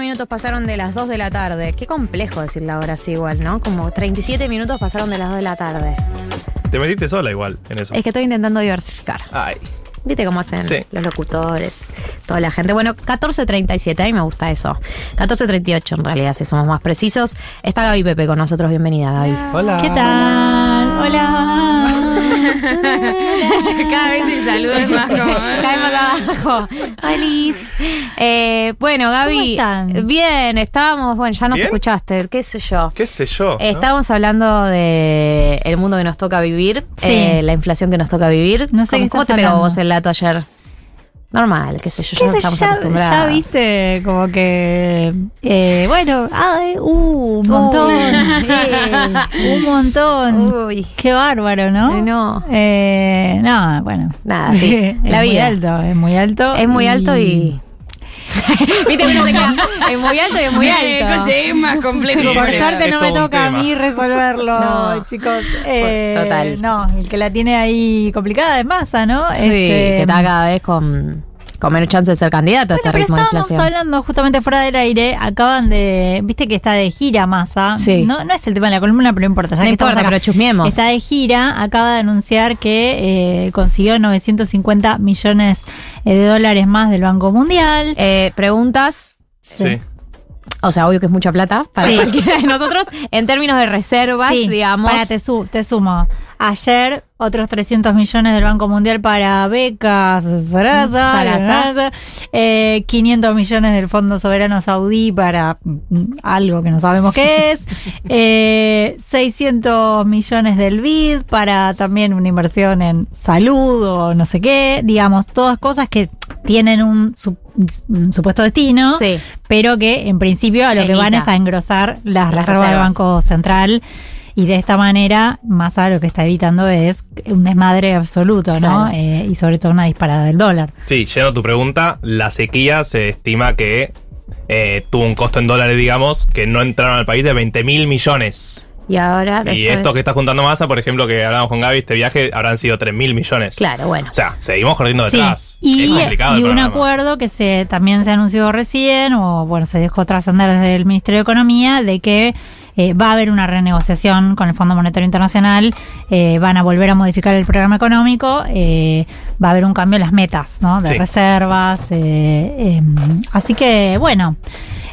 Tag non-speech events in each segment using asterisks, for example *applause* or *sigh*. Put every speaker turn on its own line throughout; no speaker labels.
minutos pasaron de las 2 de la tarde. Qué complejo decir la hora así igual, ¿no? Como 37 minutos pasaron de las 2 de la tarde.
Te metiste sola igual en eso.
Es que estoy intentando diversificar.
Ay.
Viste cómo hacen
Sí.
los locutores, toda la gente. Bueno, 14.37, a mí me gusta eso. 14.38 en realidad, si somos más precisos. Está Gaby Pepe con nosotros, bienvenida Gaby.
Hola.
¿Qué tal? *laughs* Hola.
Cada vez el saludo es
*laughs*
más como.
Cae más abajo. Alice. Eh, bueno, Gaby.
¿Cómo están?
Bien, estábamos, bueno, ya nos
¿Bien?
escuchaste, qué sé yo.
¿Qué sé yo? no?
Estábamos hablando de el mundo que nos toca vivir,
Sí.
eh, la inflación que nos toca vivir.
No sé
¿Cómo,
qué
cómo te
estás
pegó
hablando.
vos el dato ayer? Normal, qué sé yo, ya
¿Qué
no
sé,
estamos
ya,
acostumbrados.
ya viste, como que. eh, bueno, ah, eh, uh,
Oh. *laughs*
un montón. eh,
Uy.
un montón.
Uy.
Qué bárbaro, ¿no?
Oh. Eh, no.
Eh, no, bueno.
Nada, sí,
*laughs* es
la
muy
vida.
alto, es muy alto.
Es muy alto y. *laughs* Viste, uno se queda, Es muy alto y es
*laughs*
muy alto.
Oye,
*laughs*
es más complejo.
Por
Pobre,
suerte
es
no
todo
me
un
toca a
tema.
mí *laughs* resolverlo,
No.
chicos. Eh,
Total.
No, el que la tiene ahí complicada es masa, ¿no?
Sí,
Este,
que está cada vez con, con menos chance de ser candidato a este
Bueno, pero
ritmo de
estábamos
inflación.
hablando justamente fuera del aire, acaban de, viste que está de gira Massa,
Sí.
no, no es el tema de la columna, pero no importa, ya
No
que estamos
importa,
acá.
pero chusmiemos.
Está de gira, acaba de anunciar que eh, consiguió 950 millones eh, de dólares más del Banco Mundial.
Eh, preguntas.
Sí.
O sea, obvio que es mucha plata para
Sí.
cualquiera de nosotros. En términos de reservas,
Sí,
digamos.
Para, te, su- te sumo. Ayer, otros 300 millones del Banco Mundial para becas,
Mm,
Sarasa,
Sarasa.
Sarasa, eh, 500 millones del Fondo Soberano Saudí para mm, algo que no sabemos
*laughs*
qué es, eh, 600 millones del BID para también una inversión en salud o no sé qué, digamos, todas cosas que tienen un, su- un supuesto destino
Sí.
pero que en principio a lo
Es
que van
guita.
es a engrosar las,
Las
reservas del
reservas.
Banco Central. Y de esta manera, Massa lo que está evitando es un desmadre absoluto, ¿no?
Claro.
Eh, y sobre todo una disparada del dólar.
Sí, lleno tu pregunta, la sequía se estima que eh, tuvo un costo en dólares, digamos, que no entraron al país de 20 mil millones.
Y ahora.
Ah,
y
esto
esto
es-
que está juntando Massa, por ejemplo, que hablamos con Gaby, este viaje habrán sido 3 mil millones.
Claro, bueno.
O sea, seguimos corriendo
Sí.
detrás.
Y,
es complicado
y
el
un
programa.
acuerdo que se también se anunció recién, o bueno, se dejó trascender desde el Ministerio de Economía, de que eh, va a haber una renegociación con el Fondo Monetario Internacional, eh, van a volver a modificar el programa económico, eh, va a haber un cambio en las metas, ¿no? De
Sí.
reservas. eh, eh, así que, bueno,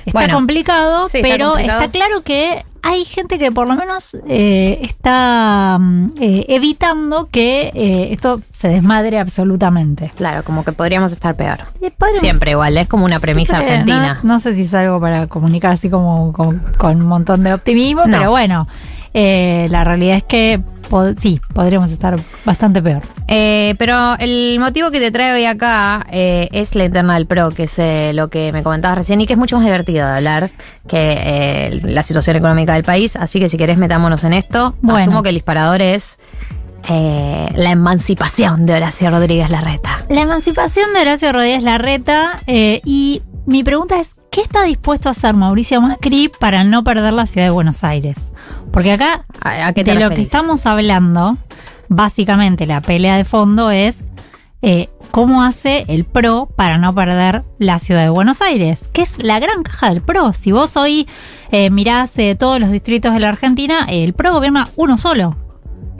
está
Bueno.
complicado,
Sí, está
pero
complicado.
está claro que hay gente que por lo menos eh, está mm, eh, evitando que eh, esto se desmadre absolutamente.
Claro, como que podríamos estar peor.
Eh, podríamos-
Siempre igual, es como una premisa
Siempre,
argentina.
No, no sé si es algo para comunicar así como con, con un montón de optimismo,
No.
pero bueno, eh, la realidad es que pod- sí, podríamos estar bastante peor.
Eh, pero el motivo que te trae hoy acá eh, es la interna del PRO, que es eh, lo que me comentabas recién y que es mucho más divertido de hablar que eh, la situación económica del país. Así que si querés metámonos en esto,
Bueno.
asumo que el disparador es eh, la emancipación de Horacio Rodríguez Larreta.
La emancipación de Horacio Rodríguez Larreta eh, y mi pregunta es, ¿qué está dispuesto a hacer Mauricio Macri para no perder la ciudad de Buenos Aires? Porque acá
¿A, a qué te
de lo que
referís?
estamos hablando, básicamente la pelea de fondo es eh, cómo hace el PRO para no perder la ciudad de Buenos Aires, que es la gran caja del PRO. Si vos hoy eh, mirás eh, todos los distritos de la Argentina, eh, el PRO gobierna uno solo.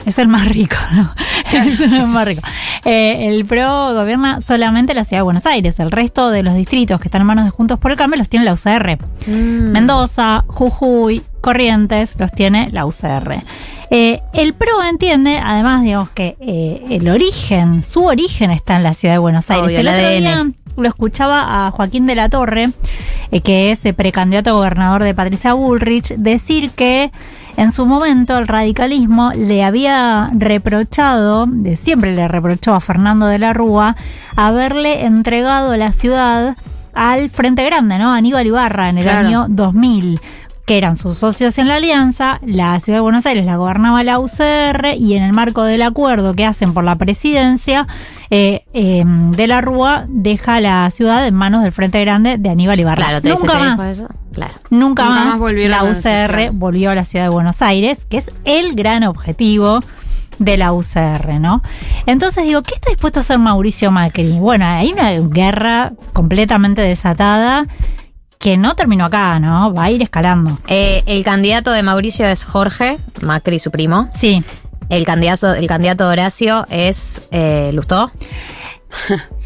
Es el más rico, *laughs* ¿no? Es el más rico. Eh, el PRO gobierna solamente la ciudad de Buenos Aires. El resto de los distritos que están en manos de Juntos por el Cambio los tiene la UCR.
Mm.
Mendoza, Jujuy, Corrientes, los tiene la UCR. Eh, el PRO entiende, además, digamos que eh, el origen, su origen está en la ciudad de Buenos Aires.
Obvio,
el
el
otro
ADN.
día lo escuchaba a Joaquín de la Torre, eh, que es eh, precandidato a gobernador de Patricia Bullrich, decir que en su momento el radicalismo le había reprochado, de siempre le reprochó a Fernando de la Rúa, haberle entregado la ciudad al Frente Grande, ¿no? A Aníbal Ibarra en el
Claro.
año 2000 que eran sus socios en la alianza, la ciudad de Buenos Aires la gobernaba la UCR y en el marco del acuerdo que hacen por la presidencia eh, eh, de la Rúa deja la ciudad en manos del Frente Grande de Aníbal Ibarra.
Claro, te dice,
Nunca
¿te dijo
más.
eso? Claro.
Nunca,
Nunca
más,
más volvieron
la
a la ciudad,
UCR
claro.
volvió a la ciudad de Buenos Aires, que es el gran objetivo de la UCR, ¿no? Entonces digo, ¿qué está dispuesto a hacer Mauricio Macri? Bueno, hay una guerra completamente desatada que no terminó acá, ¿no? Va a ir escalando.
Eh, el candidato de Mauricio es Jorge, Macri, su primo.
Sí.
El candidato, el candidato de Horacio es eh, Lustó.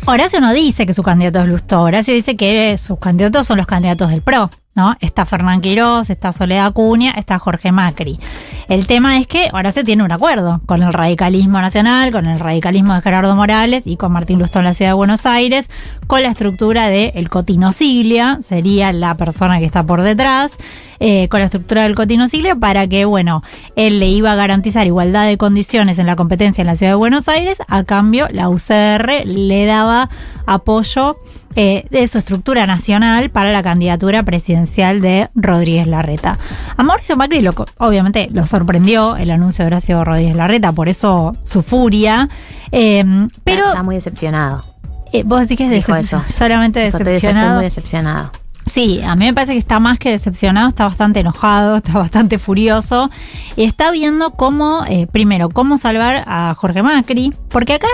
Horacio no dice que su candidato es Lustó. Horacio dice que sus candidatos son los candidatos del PRO, ¿no? Está Fernán Quirós, está Soledad Acuña, está Jorge Macri. El tema es que Horacio tiene un acuerdo con el radicalismo nacional, con el radicalismo de Gerardo Morales y con Martín Lustó en la ciudad de Buenos Aires, con la estructura de el Cotino Siglia, sería la persona que está por detrás, eh, con la estructura del Cotino Siglia para que, bueno, él le iba a garantizar igualdad de condiciones en la competencia en la ciudad de Buenos Aires, a cambio la UCR le daba apoyo eh, de su estructura nacional para la candidatura presidencial de Rodríguez Larreta. A Mauricio Macri lo co- obviamente lo sorprendió el anuncio de Horacio Rodríguez Larreta, por eso su furia, eh, pero
Está, está muy decepcionado.
eh, vos decís que es
Dijo eso.
decepcio- solamente
Dijo, "Estoy dece- Estoy
decepcionado.
muy decepcionado.
Sí, a mí me parece que está más que decepcionado, está bastante enojado, *laughs* está bastante furioso y está viendo cómo, eh, primero, cómo salvar a Jorge Macri, porque acá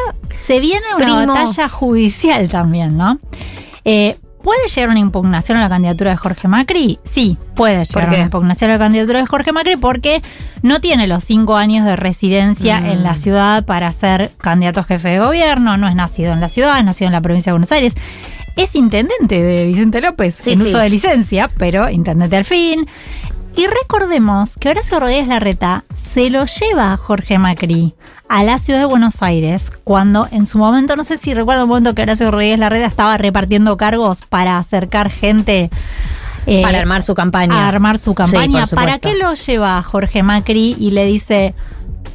se viene una
Primo.
batalla judicial también, ¿no? Eh, ¿Puede llegar una impugnación a la candidatura de Jorge Macri? Sí, puede llegar
qué?
una impugnación a la candidatura de Jorge Macri porque no tiene los cinco años de residencia
Mm.
en la ciudad para ser candidato a jefe de gobierno, no es nacido en la ciudad, es nacido en la provincia de Buenos Aires. Es intendente de Vicente López,
Sí,
en
sí.
uso de licencia, pero intendente al fin. Y recordemos que Horacio Rodríguez Larreta se lo lleva a Jorge Macri a la ciudad de Buenos Aires cuando en su momento, no sé si recuerdo un momento que Horacio Rodríguez Larreta estaba repartiendo cargos para acercar gente eh,
Para armar su campaña.
a armar su campaña.
Sí, por
¿Para
supuesto.
qué lo lleva a Jorge Macri y le dice,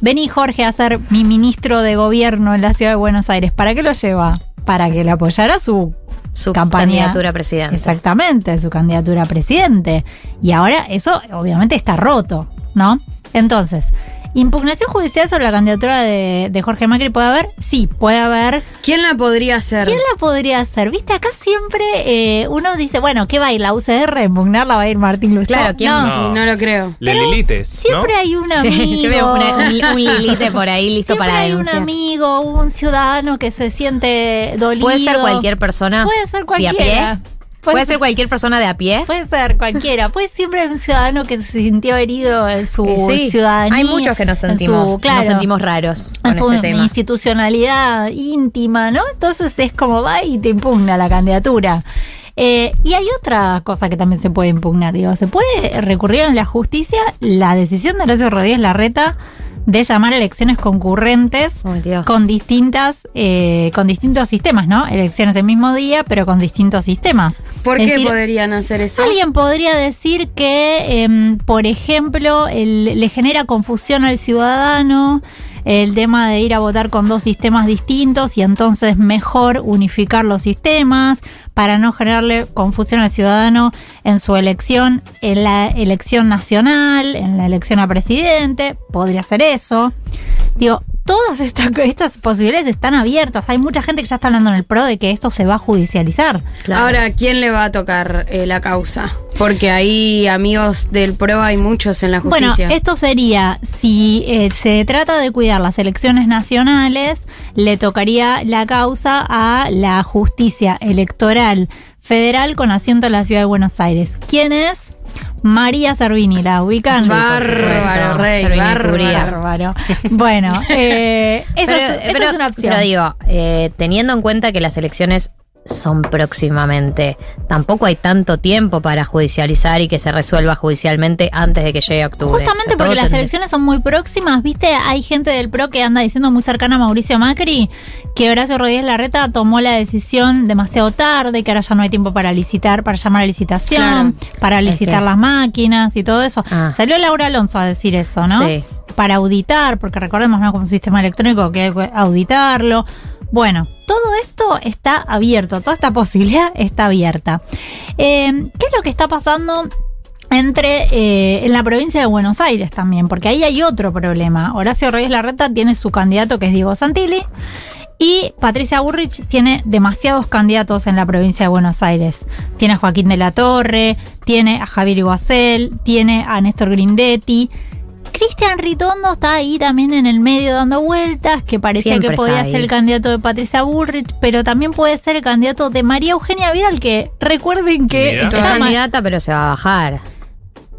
vení Jorge a ser mi ministro de gobierno en la ciudad de Buenos Aires? ¿Para qué lo lleva? Para que le apoyara su
su
campaña.
candidatura a presidente.
Exactamente, su candidatura a presidente. Y ahora eso obviamente está roto, ¿no? Entonces, ¿impugnación judicial sobre la candidatura de, de Jorge Macri puede haber? Sí, puede haber.
¿Quién la podría hacer?
¿Quién la podría hacer? Viste, acá siempre eh, uno dice, bueno, ¿qué va a ir la UCR a impugnarla? ¿Va a ir Martín Lustó?
Claro, ¿quién?
No,
No.
Y no lo creo.
Le Lilites, ¿no?
Siempre hay un amigo.
*laughs* Sí, yo veo una- un, un lilite por ahí listo
siempre
para
hay un
denunciar.
amigo, un ciudadano que se siente dolido.
Puede ser cualquier persona.
Puede ser
de a pie.
cualquiera.
Puede ser cualquier persona de a pie.
Puede ser cualquiera, puede siempre hay un ciudadano que se sintió herido en su
Eh, sí.
ciudadanía.
Hay muchos que nos
en su-
sentimos,
claro,
nos sentimos raros con
en su
ese tema.
institucionalidad íntima, ¿no? Entonces es como va y te impugna la candidatura. Eh, y hay otra cosa que también se puede impugnar, digo, se puede recurrir en la justicia la decisión de Horacio Rodríguez Larreta de llamar a elecciones concurrentes
Ay, Dios.
con distintas, eh, con distintos sistemas, ¿no? Elecciones el mismo día, pero con distintos sistemas.
¿Por
Es
qué
decir,
podrían hacer eso?
Alguien podría decir que, em, por ejemplo, el- le genera confusión al ciudadano el tema de ir a votar con dos sistemas distintos y entonces mejor unificar los sistemas para no generarle confusión al ciudadano en su elección, en la elección nacional, en la elección a presidente, podría ser eso. Digo, todas estas, *laughs* estas posibilidades están abiertas. Hay mucha gente que ya está hablando en el PRO de que esto se va a judicializar.
Claro.
Ahora, ¿quién le va a tocar eh, la causa? Porque ahí amigos del PRO hay muchos en la
Bueno,
justicia.
esto sería, si eh, se trata de cuidar las elecciones nacionales, le tocaría la causa a la justicia electoral federal con asiento en la ciudad de Buenos Aires. ¿Quién es? María Servini, la ubican.
bárbaro,
supuesto,
rey,
Servini Curia.
bárbaro.
Bárbaro. Bueno, eh, esa,
pero,
es, esa
pero-
es una opción.
pero digo, eh, teniendo en cuenta que las elecciones son próximamente, tampoco hay tanto tiempo para judicializar y que se resuelva judicialmente antes de que llegue octubre. O
Justamente
sea, todo
porque las
tendría-
elecciones son muy próximas, ¿viste? Hay gente del PRO que anda diciendo muy cercana a Mauricio Macri que Horacio Rodríguez Larreta tomó la decisión demasiado tarde, que ahora ya no hay tiempo para licitar, para llamar a licitación, para licitar
Es que-
las máquinas y todo eso.
Ah.
Salió Laura Alonso a decir eso, ¿no?
Sí.
Para auditar, porque recordemos, ¿no? Como un sistema electrónico que hay que auditarlo. Bueno, todo esto está abierto, toda esta posibilidad está abierta. Eh, ¿Qué es lo que está pasando entre eh, en la provincia de Buenos Aires también? Porque ahí hay otro problema. Horacio Reyes Larreta tiene su candidato que es Diego Santilli y Patricia Burrich tiene demasiados candidatos en la provincia de Buenos Aires. Tiene a Joaquín de la Torre, tiene a Javier Iguacel, tiene a Néstor Grindetti. Cristian Ritondo está ahí también en el medio dando vueltas, que parecía
Siempre
que
está
podía
ahí.
ser el candidato de Patricia Bullrich, pero también puede ser el candidato de María Eugenia Vidal, que recuerden que
Mira.
Es
está ma-
candidata, pero se va a bajar.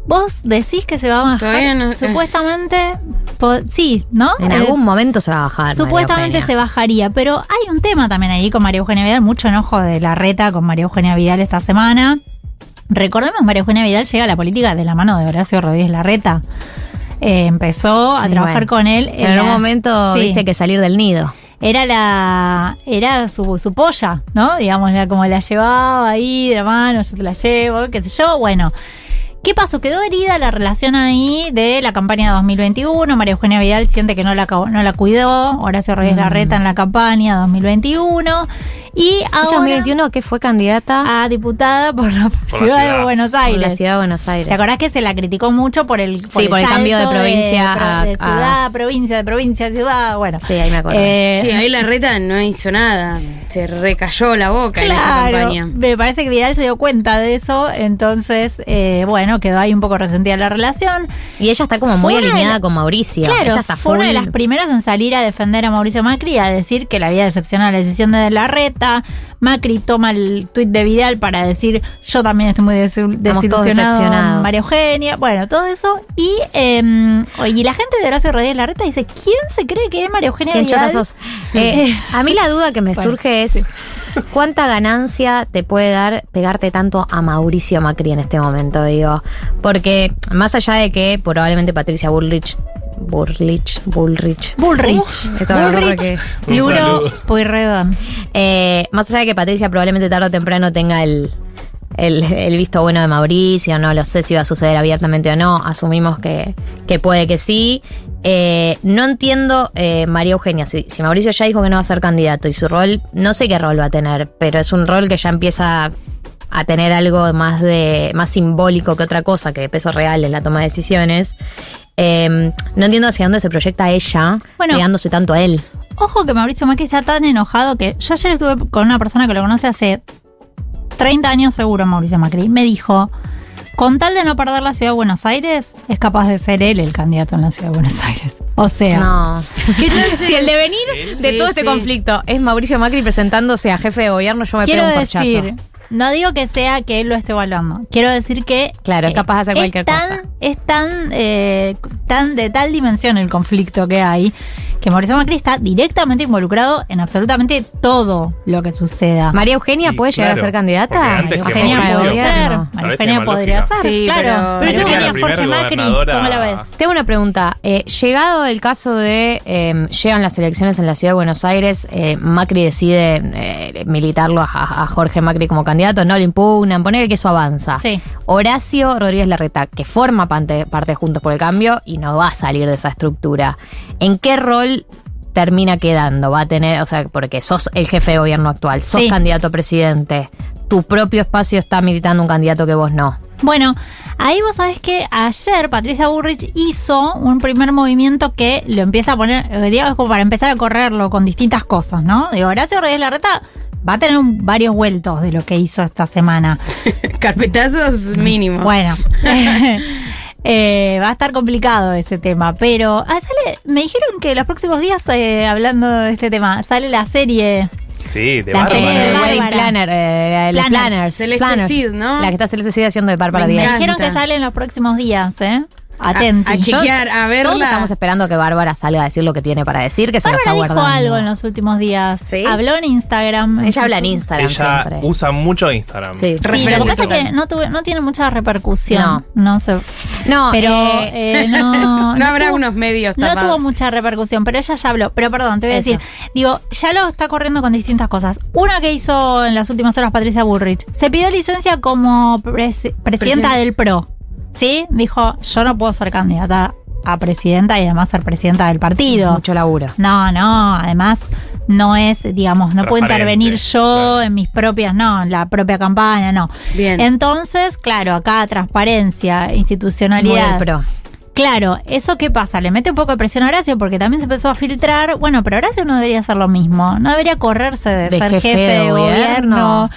vos decís que se va a bajar.
Todavía no-
Supuestamente, po- sí, ¿no?
En
Eh,
algún momento se va a bajar.
Supuestamente se bajaría, pero hay un tema también ahí con María Eugenia Vidal, mucho enojo de la reta con María Eugenia Vidal esta semana. Recordemos, María Eugenia Vidal llega a la política de la mano de Horacio Rodríguez Larreta. Eh, empezó a
Sí,
trabajar
bueno.
con él.
En algún
la-
momento
Sí.
viste que salir del nido.
Era la. Era su, su polla, ¿no? Digamos, la- como la llevaba ahí de la mano, yo te la llevo, qué sé yo. Bueno. ¿Qué pasó? Quedó herida la relación ahí de la campaña de 2021. María Eugenia Vidal siente que no la, acabó- no la cuidó. Horacio Reyes
Mm.
Larreta en la campaña 2021. Y
Ella
ahora Ah,
2021 que fue candidata
a diputada por la,
Por la
ciudad, de
ciudad.
Buenos
por
Aires.
la ciudad de Buenos Aires.
¿Te acordás que se la criticó mucho por el,
Sí, por el cambio de
salto
provincia
pro-
a-
de ciudad, a provincia, de provincia, a ciudad? Bueno.
Sí, ahí me acuerdo.
Eh,
Sí, ahí la reta no hizo nada. Se recayó la boca en esa
Claro,
campaña. *laughs*
me parece que Vidal se dio cuenta de eso, entonces, eh, bueno, quedó ahí un poco resentida la relación.
y ella está como muy
Fue una de
alineada
la-
con Mauricio.
claro,
ella está
fue una de
full.
las primeras en salir a defender a Mauricio Macri, a decir que la había decepcionado la decisión de la reta. Macri toma el tuit de Vidal para decir, yo también estoy muy desil-
Estamos todos
desilusionado,
decepcionados.
María Eugenia, bueno, todo eso. Y, eh, y la gente de Horacio Rodríguez Larreta dice, ¿quién se cree que es María Eugenia
Bien chota
Vidal? *laughs*
sos. Eh, a mí la duda que me
Bueno,
surge es cuánta ganancia te puede dar pegarte tanto a Mauricio Macri en este momento, digo. Porque más allá de que probablemente Patricia Bullrich, Bullrich, Bullrich,
Bullrich.
Esto me acuerdo
Bullrich,
que-
Un
Luro,
saludo.
Pueyrredón.
eh, más allá de que Patricia probablemente tarde o temprano tenga el, el- el visto bueno de Mauricio, no lo sé si va a suceder abiertamente o no, asumimos que, que puede que sí. Eh, no entiendo, eh, María Eugenia, si, si Mauricio ya dijo que no va a ser candidato y su rol, no sé qué rol va a tener, pero es un rol que ya empieza a tener algo más de más simbólico que otra cosa, que peso real en la toma de decisiones. Eh, no entiendo hacia dónde se proyecta ella,
Bueno.
pegándose tanto a él.
Ojo que Mauricio Macri está tan enojado que yo ayer estuve con una persona que lo conoce hace 30 años seguro, Mauricio Macri. y Me dijo, con tal de no perder la ciudad de Buenos Aires, es capaz de ser él el candidato en la ciudad de Buenos *laughs* Aires. O sea,
No. *laughs*
¿Qué
Si el devenir de
Sí,
todo este
sí.
conflicto es Mauricio Macri presentándose a jefe de gobierno, yo me
quiero
pego un corchazo.
decir, no digo que sea que él lo esté evaluando. Quiero decir que...
Claro, es
eh,
capaz de hacer
es
cualquier
tan-
cosa.
Es tan, eh, tan de tal dimensión el conflicto que hay que Mauricio Macri está directamente involucrado en absolutamente todo lo que suceda.
María Eugenia
Y
puede llegar a
claro,
ser candidata.
porque antes
María
que
Eugenia
Mauricio-
para
podría ser.
gobierno.
Tal vez
María Eugenia
tiene más
podría
lógica.
ser.
Sí,
claro.
pero-
María
Pero
Eugenia,
es la
primer
Jorge Macri,
gobernadora-
¿cómo la ves?
Tengo una pregunta. Eh, llegado el caso de eh, llegan las elecciones en la ciudad de Buenos Aires, eh, Macri decide eh, militarlo a, a Jorge Macri como candidato, no le impugnan, poner que eso avanza.
Sí.
Horacio Rodríguez Larreta, que forma parte, parte de Juntos por el Cambio y no va a salir de esa estructura. ¿En qué rol termina quedando? Va a tener, o sea, porque sos el jefe de gobierno actual, sos
Sí.
candidato a presidente, tu propio espacio está militando un candidato que vos no.
Bueno, ahí vos sabés que ayer Patricia Burrich hizo un primer movimiento que lo empieza a poner, eh, digamos, como para empezar a correrlo con distintas cosas, ¿no? Digo, Horacio Reyes Larreta va a tener un- varios vueltos de lo que hizo esta semana.
Carpetazos mínimo.
Bueno, *laughs* eh, va a estar complicado ese tema, pero ah, sale, me dijeron que los próximos días, eh, hablando de este tema, sale la serie
Sí, de
La
Bárbara.
serie de
Eh,
Ah, Bárbara.
Wedding Planner, eh, los
Planners.
planners.
Celeste
planners.
Cid, ¿no?
La que está Celeste Cid haciendo de Bárbara
Me
Díaz.
Me
encanta.
dijeron que sale en los próximos días, ¿eh?
Ah,
Atenti.
A- a chequear, a verla.
Todos estamos esperando que Bárbara salga a decir lo que tiene para decir, que se
Bárbara
lo
dijo
está guardando.
algo en los últimos días.
¿Sí?
Habló en Instagram.
Ella habla en
sus-
Instagram
Ella
siempre.
usa mucho Instagram.
Sí. Sí,
Sí, lo que pasa es
Mucho.
que no, tuve- no tiene mucha repercusión. No,
No.
sé.
No,
Pero
eh, *laughs*
eh, no.
No habrá
tuvo-
unos medios
No
tapados.
tuvo mucha repercusión, pero ella ya habló. Pero perdón, te voy a
Eso.
decir. Digo, ya lo está corriendo con distintas cosas. Una que hizo en las últimas horas Patricia Bullrich. Se pidió licencia como presi- presidenta
Presidenta.
del PRO. ¿Sí? Dijo, yo no puedo ser candidata a presidenta y además ser presidenta del partido.
mucho laburo.
No, no, además no es, digamos, no puedo
Transparente,
intervenir yo
claro.
en mis propias, no, en la propia campaña, no.
Bien.
Entonces, claro, acá transparencia,
Muy del
institucionalidad.
pro.
Claro, ¿eso qué pasa? Le mete un poco de presión a Horacio porque también se empezó a filtrar. Bueno, pero Horacio no debería hacer lo mismo. No debería correrse de,
De
ser jefe, de gobierno.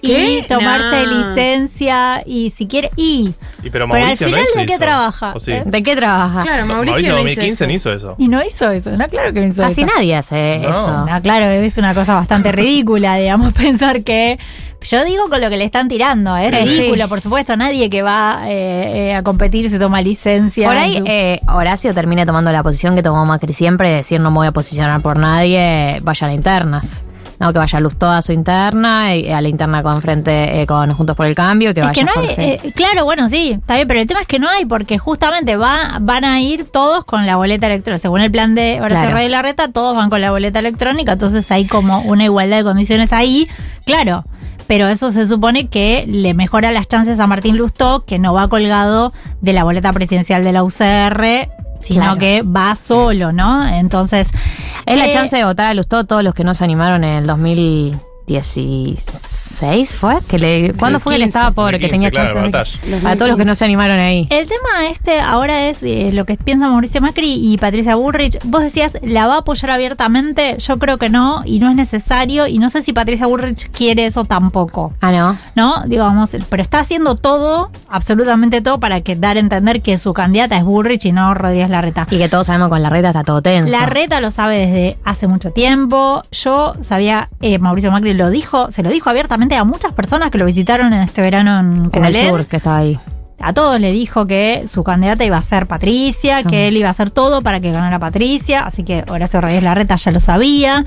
y
¿Qué?
tomarse
Nah.
licencia y si quiere y
Y pero
Pero al
Mauricio
final,
no hizo
¿de qué
eso,
trabaja?
¿o sí?
Eh,
¿De qué trabaja?
Claro,
Mauricio
Mauricio,
en
no hizo
2015 no
eso.
hizo eso.
y no hizo eso, no claro que no hizo
Casi
eso.
nadie hace
No.
eso.
No, claro, es una cosa
*laughs*
bastante ridícula, digamos, *laughs* pensar que. Yo digo con lo que le están tirando, es
Sí, sí.
ridículo, por supuesto, nadie que va eh, eh, a competir se toma licencia.
Por
en
ahí
su-
eh, Horacio termina tomando la posición que tomó Macri siempre, de decir no me voy a posicionar por nadie, vayan a internas. No, que vaya Luz toda a su interna, y a la interna con frente eh, con Juntos por el Cambio, que
es
vaya
que no hay,
Jorge.
eh, claro, bueno, sí, está bien, pero el tema es que no hay, porque justamente va, van a ir todos con la boleta electrónica. Según el plan de Horacio
Claro.
Rey Larreta, todos van con la boleta electrónica, entonces hay como una igualdad de condiciones ahí, claro. Pero eso se supone que le mejora las chances a Martín Lustó, que no va colgado de la boleta presidencial de la UCR, sino
Claro.
que va solo, ¿no? Entonces,
es la
eh,
chance de votar a Luz todo, todos los que no se animaron en el 2016, ¿fue? Que le, ¿Cuándo fue que le
15,
estaba por que
2015,
tenía
claro,
chance? de-
balotaje.
a todos los que no se animaron ahí.
El tema este ahora es eh, lo que piensa Mauricio Macri y Patricia Bullrich. Vos decías, ¿la va a apoyar abiertamente? Yo creo que no, y no es necesario, y no sé si Patricia Bullrich quiere eso tampoco,
Ah, no.
¿no? Digamos, pero está haciendo todo, absolutamente todo, para que dar a entender que su candidata es Bullrich y no Rodríguez Larreta.
Y que todos sabemos que con la reta está todo tenso.
La reta lo sabe desde hace mucho tiempo. Yo sabía, eh, Mauricio Macri lo dijo, se lo dijo abiertamente a muchas personas que lo visitaron en este verano en
en el
Cumalén.
sur que estaba ahí.
A todos le dijo que su candidata iba a ser Patricia, que
También.
él iba a hacer todo para que ganara Patricia, así que Horacio Reyes Larreta ya lo sabía.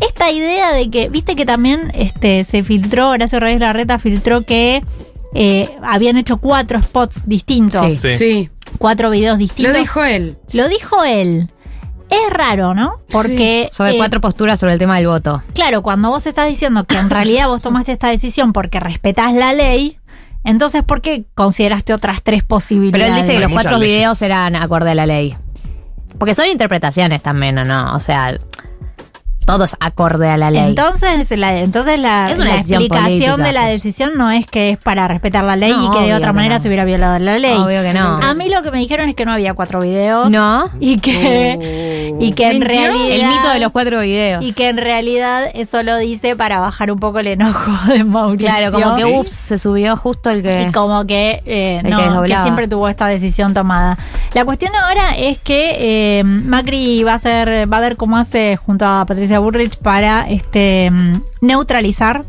Esta idea de que, viste que también este, se filtró, Horacio Reyes Larreta filtró que eh, habían hecho cuatro spots distintos,
Sí.
Sí.
Sí,
cuatro videos
lo
distintos.
dijo él.
Lo dijo él. Es raro, ¿no? Porque.
Sobre
eh,
cuatro posturas sobre el tema del voto.
Claro, cuando vos estás diciendo que en realidad vos tomaste esta decisión porque respetás la ley, entonces ¿por qué consideraste otras tres
Pero
posibilidades?
él dice que
Hay
los
muchas
cuatro
leyes.
videos eran acorde a la ley. Porque son interpretaciones también, ¿o no? O sea, todo es acorde a la ley.
Entonces, la, entonces la,
Es una
la
decisión
explicación
política,
de la
pues.
decisión no es que es para respetar la ley
No,
y que de
obvio
otra
que
manera
no.
se hubiera violado la ley.
Obvio que no.
A mí lo que me dijeron es que no había cuatro videos
¿No?
y que, Eh,
Oh.
y que en
¿Mintió?
realidad
El mito de los cuatro videos.
y que en realidad eso lo dice para bajar un poco el enojo de Mauricio.
Claro, como que
Sí.
ups, se subió justo el que.
Y como que, eh,
El que
no, que,
desdoblaba.
siempre tuvo esta decisión tomada. La cuestión ahora es que eh, Macri va a hacer, va a ver cómo hace junto a Patricia Burrich para este mm, neutralizar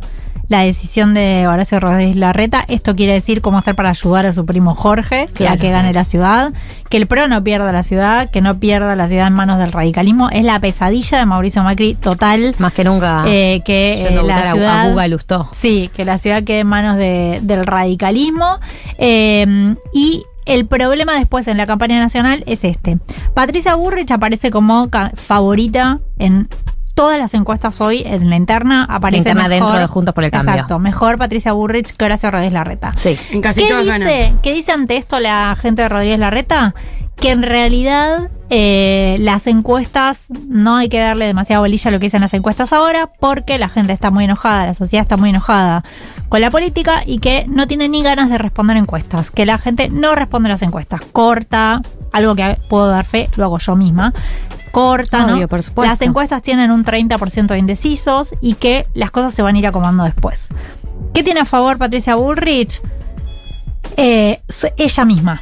la decisión de Horacio Rodríguez Larreta. Esto quiere decir cómo hacer para ayudar a su primo Jorge a
Claro.
que gane la ciudad, que el PRO no pierda la ciudad, que no pierda la ciudad en manos del radicalismo. Es la pesadilla de Mauricio Macri total.
Más que nunca.
eh, que eh,
Ah. yendo a votar
la
a-
ciudad
a Buga Lustó.
Sí, que la ciudad quede en manos de- del radicalismo. Eh, y el problema después en la campaña nacional es este. Patricia Burrich aparece como ca- favorita en todas las encuestas hoy, en la interna aparece
La interna
mejor-
dentro de Juntos por el Cambio.
Exacto, mejor Patricia Burrich que Horacio Rodríguez Larreta.
Sí.
En casi
¿Qué
todas ganas.
dice, ¿Qué dice ante esto la gente de Rodríguez Larreta? Que en realidad eh, las encuestas, no hay que darle demasiada bolilla a lo que dicen las encuestas ahora, porque la gente está muy enojada, la sociedad está muy enojada con la política y que no tiene ni ganas de responder encuestas, que la gente no responde las encuestas. Corta, algo que puedo dar fe, lo hago yo misma. Corta, ¿no?
Obvio, por supuesto.
Las encuestas tienen un 30% de indecisos y que las cosas se van a ir acomodando después. ¿Qué tiene a favor Patricia Bullrich? Eh, su- ella misma.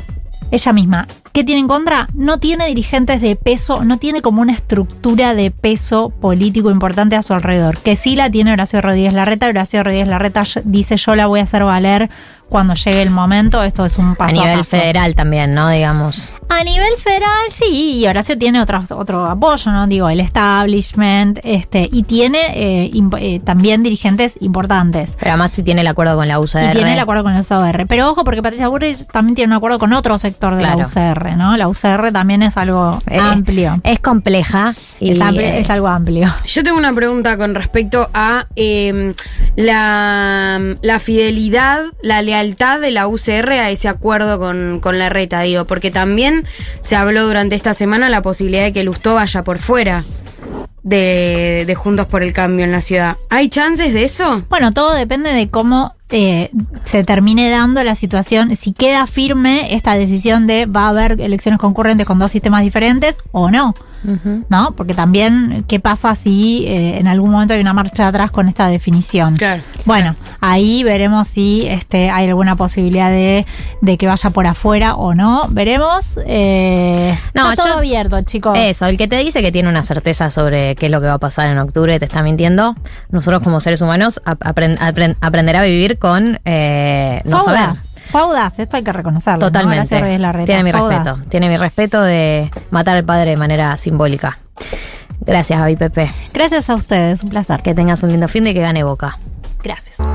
Ella misma. ¿Qué tiene en contra? No tiene dirigentes de peso, no tiene como una estructura de peso político importante a su alrededor. Que sí la tiene Horacio Rodríguez Larreta. Horacio Rodríguez Larreta yo- dice: Yo la voy a hacer valer cuando llegue el momento. Esto es un
A
paso a,
nivel
paso.
federal también, ¿no? Digamos.
A nivel federal, sí, y Horacio tiene otros, otro apoyo, ¿no? Digo, el establishment, este, y tiene eh, imp- eh, también dirigentes importantes.
Pero además sí tiene el acuerdo con la UCR.
Y tiene el acuerdo con la UCR. Pero ojo, porque Patricia Burrich también tiene un acuerdo con otro sector de
Claro.
la UCR, ¿no? La UCR también es algo
Eh,
amplio.
Es compleja. Y,
es, ampli-
eh,
es algo amplio.
Yo tengo una pregunta con respecto a eh, la, la fidelidad, la lealtad de la UCR a ese acuerdo con, con la reta, digo, porque también se habló durante esta semana la posibilidad de que Lustó vaya por fuera de, de Juntos por el Cambio en la ciudad. ¿Hay chances de eso?
Bueno, todo depende de cómo eh, se termine dando la situación, si queda firme esta decisión de va a haber elecciones concurrentes con dos sistemas diferentes o no.
Ujú.
¿no? Porque también, ¿qué pasa si eh, en algún momento hay una marcha atrás con esta definición?
Claro.
Bueno, ahí veremos si este, hay alguna posibilidad de, de que vaya por afuera o no. Veremos. eh,
No,
está todo
yo-
abierto, chicos.
Eso, el que te dice que tiene una certeza sobre qué es lo que va a pasar en octubre te está mintiendo. Nosotros como seres humanos ap- apren- apren- aprender a vivir con eh, no
Fue
saber.
audaz, fue audaz, esto hay que reconocerlo. ¿no?
Totalmente.
Gracias, Reyes Larreta,
Tiene mi
fue audaz.
respeto. Tiene mi respeto de matar al padre de manera simbólica. Gracias, Gaby Pepe.
Gracias a ustedes, un placer.
Que tengas un lindo fin de que gane Boca.
Gracias.